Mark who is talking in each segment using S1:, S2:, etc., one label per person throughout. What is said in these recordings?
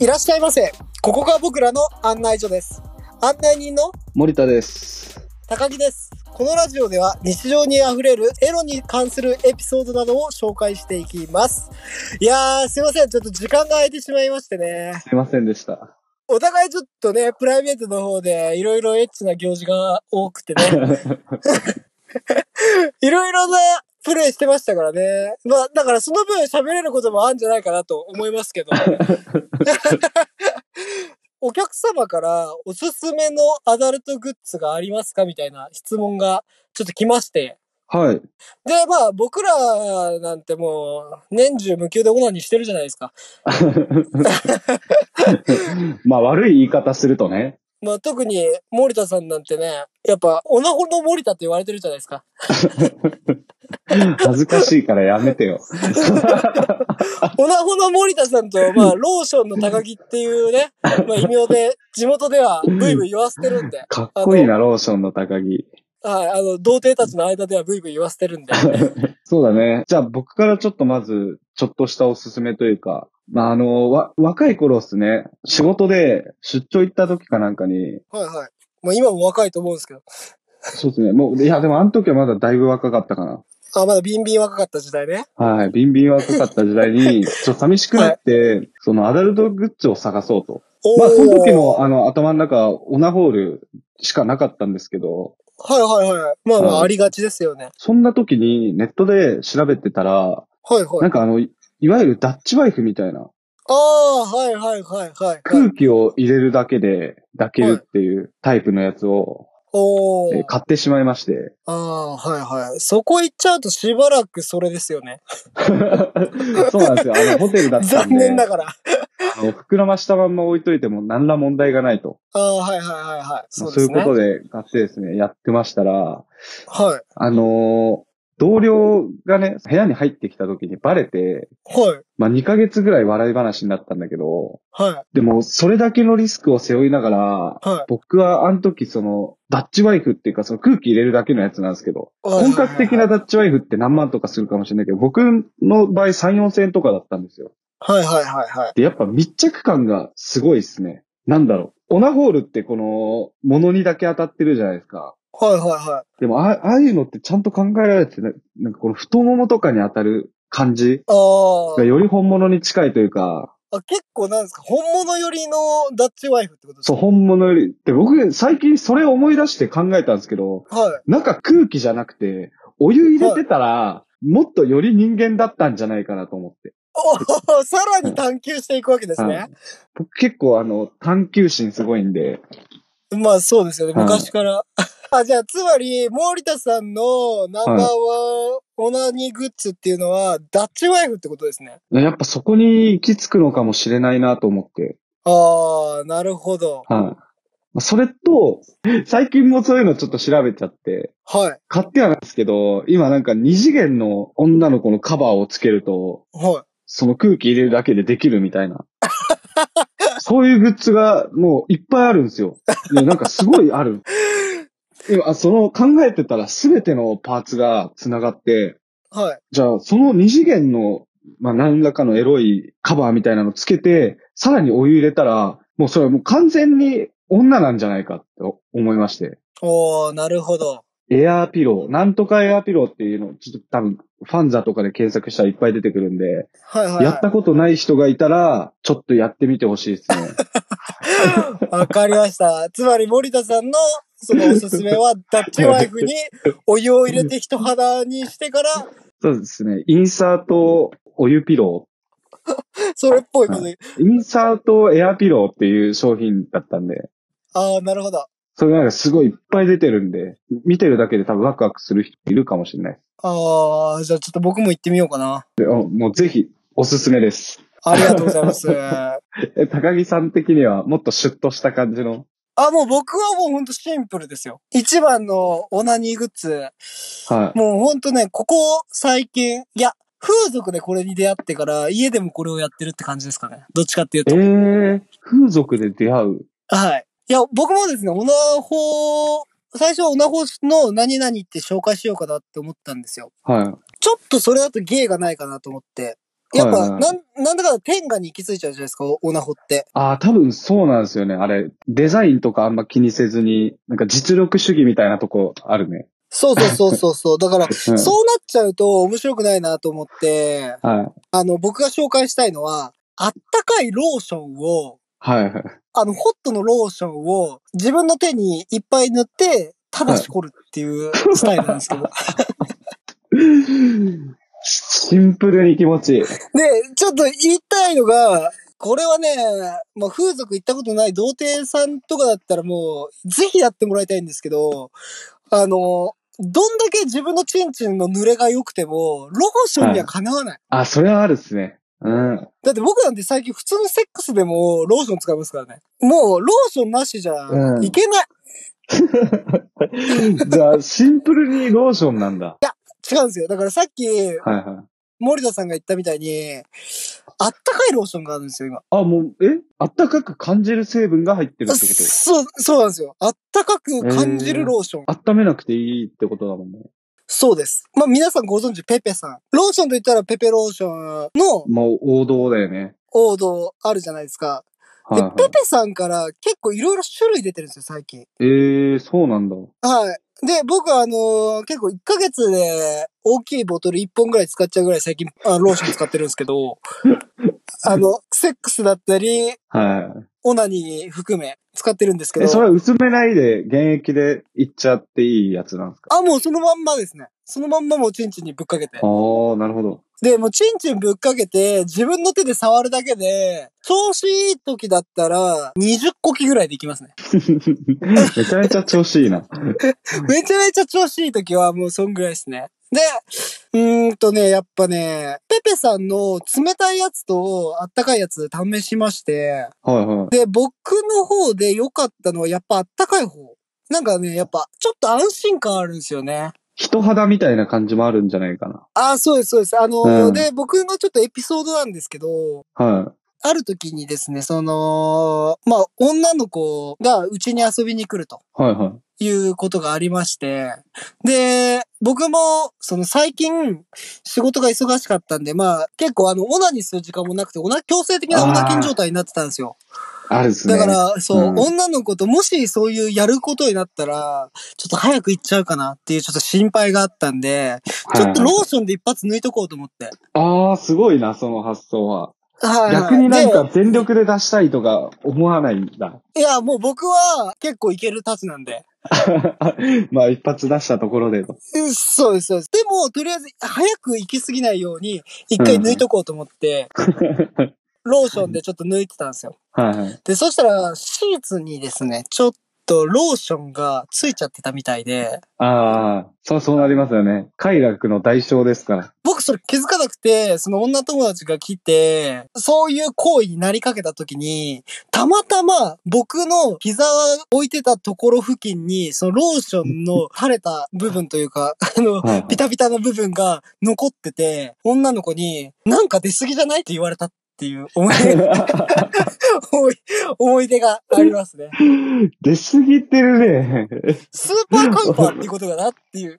S1: いらっしゃいませ。ここが僕らの案内所です。案内人の
S2: 森田です。
S1: 高木です。このラジオでは日常にあふれるエロに関するエピソードなどを紹介していきます。いやー、すいません。ちょっと時間が空いてしまいましてね。
S2: すいませんでした。
S1: お互いちょっとね、プライベートの方でいろいろエッチな行事が多くてね、いろいろなプレイしてましたからね。まあ、だからその分喋れることもあるんじゃないかなと思いますけど。お客様からおすすめのアダルトグッズがありますかみたいな質問がちょっと来まして。
S2: はい。
S1: で、まあ僕らなんてもう年中無休でオナニーしてるじゃないですか。
S2: まあ悪い言い方するとね。
S1: まあ特に森田さんなんてね、やっぱオナホの森田って言われてるじゃないです か。
S2: 恥ずかしいからやめてよ。
S1: オナホの森田さんと、まあローションの高木っていう ね、まあ異名で地元ではブイブイ言わせてるんで。
S2: かっこいいな、ローションの高木。
S1: はい、あの、童貞たちの間ではブイブイ言わせてるんで。
S2: そうだね。じゃあ僕からちょっとまず、ちょっとしたおすすめというか、まああの、わ、若い頃っすね、仕事で出張行った時かなんかに、
S1: はいはい。まあ今も若いと思うんですけど。
S2: そうですね、もう、いやでもあの時はまだだいぶ若かったかな。
S1: あ、まだビンビン若かった時代ね。
S2: はい、ビンビン若かった時代に、ちょっと寂しくなって、そのアダルトグッズを探そうと。
S1: おー
S2: まあ、その時も、あの、頭の中、オナホールしかなかったんですけど、
S1: はいはいはい。まあま
S2: は
S1: あ
S2: い
S1: ありがちですよね。
S2: そんな時にネットで調べてたら、
S1: はいは。
S2: ないんかあの、いいわゆるダッチワイフみたいな、
S1: ああ、はいはいはいはい、は
S2: 空
S1: い。
S2: 気を入れるだけで抱けるっていうタイプのやつを、
S1: お
S2: え
S1: ー
S2: ー。買ってしまいまして。
S1: ああ、はいはい。そこ行っちゃうとしばらくそれですよね。
S2: そうなんですよ。あの、ホテルだった
S1: 残
S2: んで、
S1: 念ながら。
S2: あの膨らましたまんま置いといても何ら問題がないと。
S1: ああ、はいはいはいはい。
S2: そ,、
S1: そううです
S2: い
S1: ね。
S2: うことで買ってですね、やってましたら、
S1: はい。
S2: あのー同僚がね、部屋に入ってきた時にバレて、
S1: はい。
S2: まあ、2ヶ月ぐらい笑い話になったんだけど、
S1: はい。
S2: でも、それだけのリスクを背負いながら、
S1: はい。
S2: 僕はあの時その、ダッチワイフっていうかその空気入れるだけのやつなんですけど、本格的
S1: は
S2: な
S1: い
S2: ダッチワイフって何万とかするかもしれないけど、僕の場合3、4千円とかだったんですよ。
S1: はいはいはい。
S2: で、やっぱ密着感がすごいですね。なんだろう。オナホールってこの、物にだけ当たってるじゃないですか。
S1: はいはいはい。
S2: でもあ、ああいうのってちゃんと考えられてない、なんかこの太ももとかに当たる感じが
S1: あ
S2: より本物に近いというか、
S1: あ。あ、結構なんですか本物寄りのダッチワイフってことです
S2: そ
S1: か
S2: う、本物より、で、僕、最近それを思い出して考えたんですけど、
S1: はい。
S2: なんか空気じゃなくて、お湯入れてたら、もっとより人間だったんじゃないかなと思って。
S1: おーさらに探求していくわけですね。
S2: はい僕結構あの、探求心すごいんで、
S1: まあそうですよね。
S2: はい
S1: 昔から。 あ、じゃあ、つまり、森田さんのナンバーワンオナニーグッズっていうのは、ダッチワイフってことですね。
S2: やっぱそこに行き着くのかもしれないなと思って。
S1: ああ、なるほど。
S2: はい。まあそれと、最近もそういうのちょっと調べちゃって、
S1: はい。
S2: 買ってはないですけど、今なんか二次元の女の子のカバーをつけると、
S1: は
S2: その空気入れるだけでできるみたいな。 そういうグッズがもういっぱいあるんですよ。いやなんかすごいある。今、あその考えてたら全てのパーツが繋がって、
S1: い。はい。
S2: じゃあその二次元の、まあ、何らかのエロいカバーみたいなのつけて、さらにお湯入れたら、もうそれはもう完全に女なんじゃないかと思いまして。
S1: おー、なるほど。
S2: エアーピロー、なんとかエアーピローっていうの、ちょっと多分、ファンザとかで検索したらいっぱい出てくるんで、
S1: はいはい、
S2: やったことない人がいたら、ちょっとやってみてほしいです ね。
S1: わかりました。つまり、森田さんの、そのおすすめは、ダッチワイフにお湯を入れて人肌にしてから、
S2: そうですね。インサートお湯ピロ
S1: それっぽいこと言う。
S2: ー。インサートエアピローっていう商品だったんで、
S1: ああ、なるほど。
S2: それなんかすごいいっぱい出てるんで、見てるだけで多分ワクワクする人いるかもしれない。
S1: ああ、じゃあちょっと僕も行ってみようかな。
S2: であもうぜひ、おすすめです。
S1: ありがとうございます。
S2: え、高木さん的にはもっとシュッとした感じの。
S1: あ、もう僕はもうほんとシンプルですよ。一番のオナニーグッズ。
S2: はい。
S1: もうほんとね、ここ最近、いや、風俗でこれに出会ってから、家でもこれをやってるって感じですかね。どっちかっていう
S2: え
S1: と。
S2: ー、風俗で出会う。
S1: はい。いや、僕もですね、オナホ最初はオナホの何々って紹介しようかなって思ったんですよ。
S2: は
S1: ちょっとそれだと芸がないかなと思って。やっ
S2: はい
S1: ぱ、
S2: はい
S1: なん、なんだかんだ天下に行き着いちゃうじゃないですか、オナホって。
S2: ああ、多分そうなんですよね。あれ、デザインとかあんま気にせずに、なんか実力主義みたいなとこあるね。
S1: そうそうそうそうそう。だから、
S2: うん、
S1: そうなっちゃうと面白くないなと思って、
S2: はい。
S1: あの、僕が紹介したいのは、あったかいローションを、
S2: はいはい。
S1: あの、ホットのローションを自分の手にいっぱい塗って、ただし凝るっていうスタイルなんですけど。
S2: シンプルに気持ちいい。
S1: で、ちょっと言いたいのが、これはね、まあ、風俗行ったことない童貞さんとかだったらもう、ぜひやってもらいたいんですけど、あの、どんだけ自分のチンチンの濡れが良くても、ローションにはかなわない。
S2: あ、それはあるっすね。うん。
S1: だって僕なんて最近普通のセックスでもローション使いますからね。もう、ローションなしじゃ
S2: うん
S1: いけない。
S2: じゃあ、シンプルにローションなんだ。
S1: 違うんですよ。だからさっき、
S2: はいはい。
S1: 森田さんが言ったみたいに、あったかいローションがあるんですよ、今。
S2: あ、もう、えあったかく感じる成分が入ってるってこと
S1: そう、そうなんですよ。あったかく感じるローション。
S2: 温めなくていいってことだもんね。
S1: そうです。まあ皆さんご存知、ペペさん。ローションと言ったらペペローションの
S2: まあ、王道だよね。
S1: 王道あるじゃないですか。
S2: はい、
S1: で、
S2: はい
S1: ペペさんから結構いろいろ種類出てるんですよ、最近。
S2: えー、そうなんだ。
S1: はい。で、僕はあのー結構1ヶ月で大きいボトル1本ぐらい使っちゃうぐらい最近あローション使ってるんですけ ど、あの、セックスだったり、
S2: はい。
S1: オナニー含め使ってるんですけ
S2: え、それ
S1: ど、
S2: は薄めないで、現役でいっちゃっていいやつなんですか
S1: あ、もうそのまんまですね。そのまんまもうチンチンにぶっかけて
S2: あ。あ、なるほど。
S1: で、もうチンチンぶっかけて、自分の手で触るだけで、調子いい時だったら、20個きぐらいでいきますね。
S2: めちゃめちゃ調子いいな。
S1: めちゃめちゃ調子いい時は、もうそんぐらいですね。で、うーんとね、やっぱね、ペペさんの冷たいやつとあったかいやつ試しまして、
S2: はいはい。
S1: で、僕の方で良かったのはやっぱあったかい方。なんかね、やっぱちょっと安心感あるんですよね。
S2: 人肌みたいな感じもあるんじゃないかな。
S1: ああ、そうです、そうです。あのー
S2: うん
S1: で、僕のちょっとエピソードなんですけど、
S2: は
S1: ある時にですね、その、まあ、女の子がうちに遊びに来ると
S2: い。はいはい。
S1: いうことがありまして、で、僕も、その最近、仕事が忙しかったんで、まあ、結構あの、オナにする時間もなくて、オナ、強制的なオナキン状態になってたんですよ。
S2: あるっすね。
S1: だから、そう、
S2: うん
S1: 女の子ともしそういうやることになったら、ちょっと早く行っちゃうかなっていうちょっと心配があったんで、ちょっとロ
S2: はい
S1: ーションで一発抜いとこうと思って。
S2: ああ、すごいな、その発想は。
S1: はいはい。
S2: 逆になん
S1: で
S2: か全力で出したいとか思わないんだ。
S1: いや、もう僕は結構いけるたちなんで。
S2: まあ一発出したところでと。
S1: うんそうです、そうです。でも、とりあえず、早く行き過ぎないように、一回抜いとこうと思って、ローションでちょっと抜いてたんですよ。
S2: はいはい。
S1: で、そしたら、シーツにですね、ちょっとローションがついちゃってたみたいで、
S2: ああ、そうそうなりますよね。快楽の代償ですから。
S1: 僕それ気づかなくて、その女友達が来て、そういう行為になりかけた時に、たまたま僕の膝を置いてたところ付近に、そのローションの腫れた部分というか、あの、
S2: はいはい
S1: ピタピタの部分が残ってて、女の子に、なんか出過ぎじゃないって言われたっていう 思い思い思い出がありますね。
S2: 出過ぎてるね。
S1: スーパーカンパーってことだなっていう。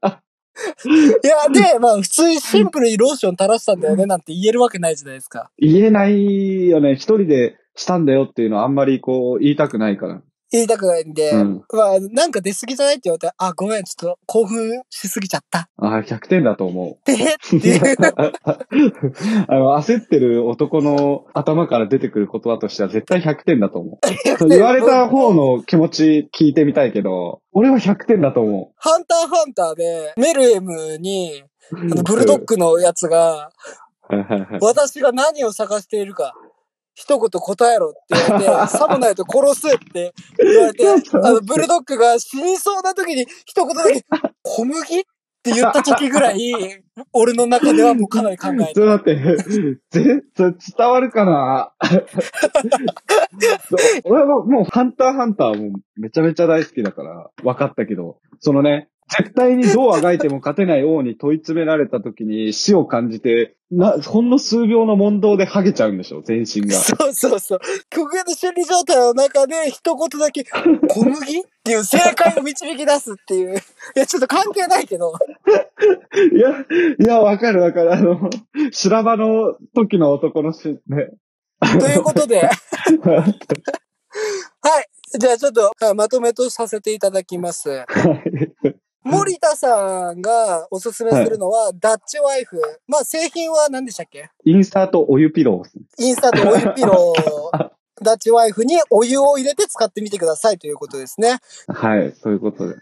S1: いや、で、まあ普通にシンプルにローション垂らしたんだよねなんて言えるわけないじゃないですか。
S2: 言えないよね。一人でしたんだよっていうのはあんまりこう言いたくないから。
S1: 言いたくないんで、
S2: うん。
S1: まあなんか出過ぎじゃないって言われて、あ、ごめん、ちょっと興奮しすぎちゃった。
S2: ああ、100点だと思う。
S1: で、って いう。
S2: あの、焦ってる男の頭から出てくる言葉としては絶対100点だと思う。そう言われた方の気持ち聞いてみたいけど、俺は100点だと思
S1: ハンターハンターで、メルエムに、
S2: う。
S1: あのブルドッグのやつが、
S2: はいはいはい。
S1: 私が何を探しているか、一言答えろって言われて、さもないと殺すって言われて、あの、ブルドッグが死にそうな時に一言だけ、小麦って言った時ぐらい、俺の中ではもうかなり考え
S2: ち
S1: て。
S2: ょっと待って、 ぜ、それ伝わるかな 俺はもう、ハンターハンターもめちゃめちゃ大好きだから、分かったけど、そのね、絶対にどうあがいても勝てない王に問い詰められた時に死を感じて、な、ほんの数秒の問答でハゲちゃうんでしょ全身 が。
S1: そうそうそう。極限の心理状態の中で一言だけ、小麦っていう正解を導き出すっていう。いや、ちょっと関係ないけど。
S2: いや、いや、わかるわかる。あの、修羅場の時の男のし、ね。
S1: ということで、はい。じゃあちょっとあまとめとさせていただきます。森田さんがおすすめするのは、ダッチワイフ。まあ、製品は何でしたっけ
S2: インサートお湯ピロー。
S1: インスタとお湯ピロー。ダッチワイフにお湯を入れて使ってみてくださいということですね。
S2: はい、そういうことで。
S1: で、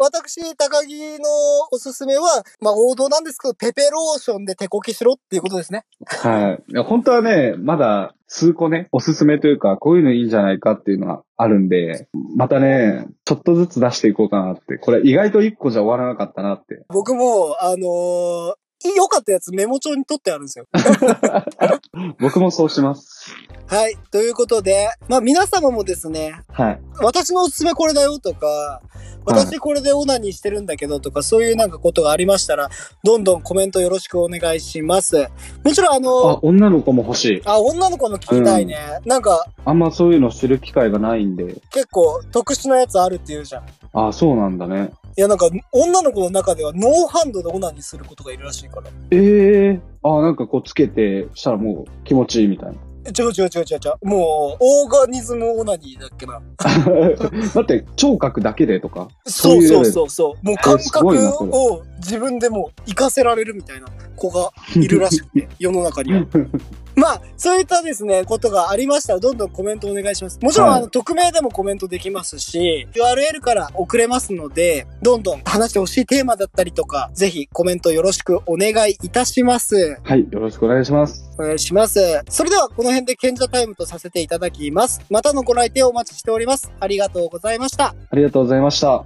S1: 私、高木のおすすめは、まあ王道なんですけど、ペペローションで手こきしろっていうことですね。
S2: はい。いや、本当はね、まだ数個ね、おすすめというか、こういうのいいんじゃないかっていうのはあるんで、またね、ちょっとずつ出していこうかなって。これ意外と1個じゃ終わらなかったなって。
S1: 僕も、あのー良かったやつメモ帳に取ってあるんですよ。
S2: 僕もそうします。
S1: はい。ということで、まあ皆様もですね、
S2: はい。
S1: 私のおすすめこれだよとか、私これでオナニーしてるんだけどとか、そういうなんかことがありましたら、どんどんコメントよろしくお願いします。もちろんあ
S2: あ
S1: の、、
S2: 女の子も欲しい。
S1: あ、女の子の聞きたいね。なんか、
S2: あんまそういうの知る機会がないんで。
S1: 結構特殊なやつあるっていうじゃん。い
S2: あ、そうなんだね。
S1: や、なんか、女の子の中ではノーハンドでオナニーすることがいるらしいから。
S2: ええあ、なんかこうつけて、したらもう気持ちいいみたいな。
S1: ちょちょちょちょちょ、もう、オーガニズムオナニーだっけな。
S2: だって、聴覚だけでとか。
S1: そう
S2: い
S1: そう
S2: レベル
S1: そうそう。もう感
S2: えすごいな
S1: 覚
S2: それ
S1: を自分でもう活かせられるみたいな子がいるらしく て、世の中には。まあ、そういったですね、ことがありましたら、どんどんコメントお願いします。もちろん、
S2: はい
S1: あの、匿名でもコメントできますし、URL から送れますので、どんどん話してほしいテーマだったりとか、ぜひコメントよろしくお願いいたします。
S2: はい、よろしくお願いします。
S1: お願いします。それでは、この辺で賢者タイムとさせていただきます。またのご来店をお待ちしております。ありがとうございました。
S2: ありがとうございました。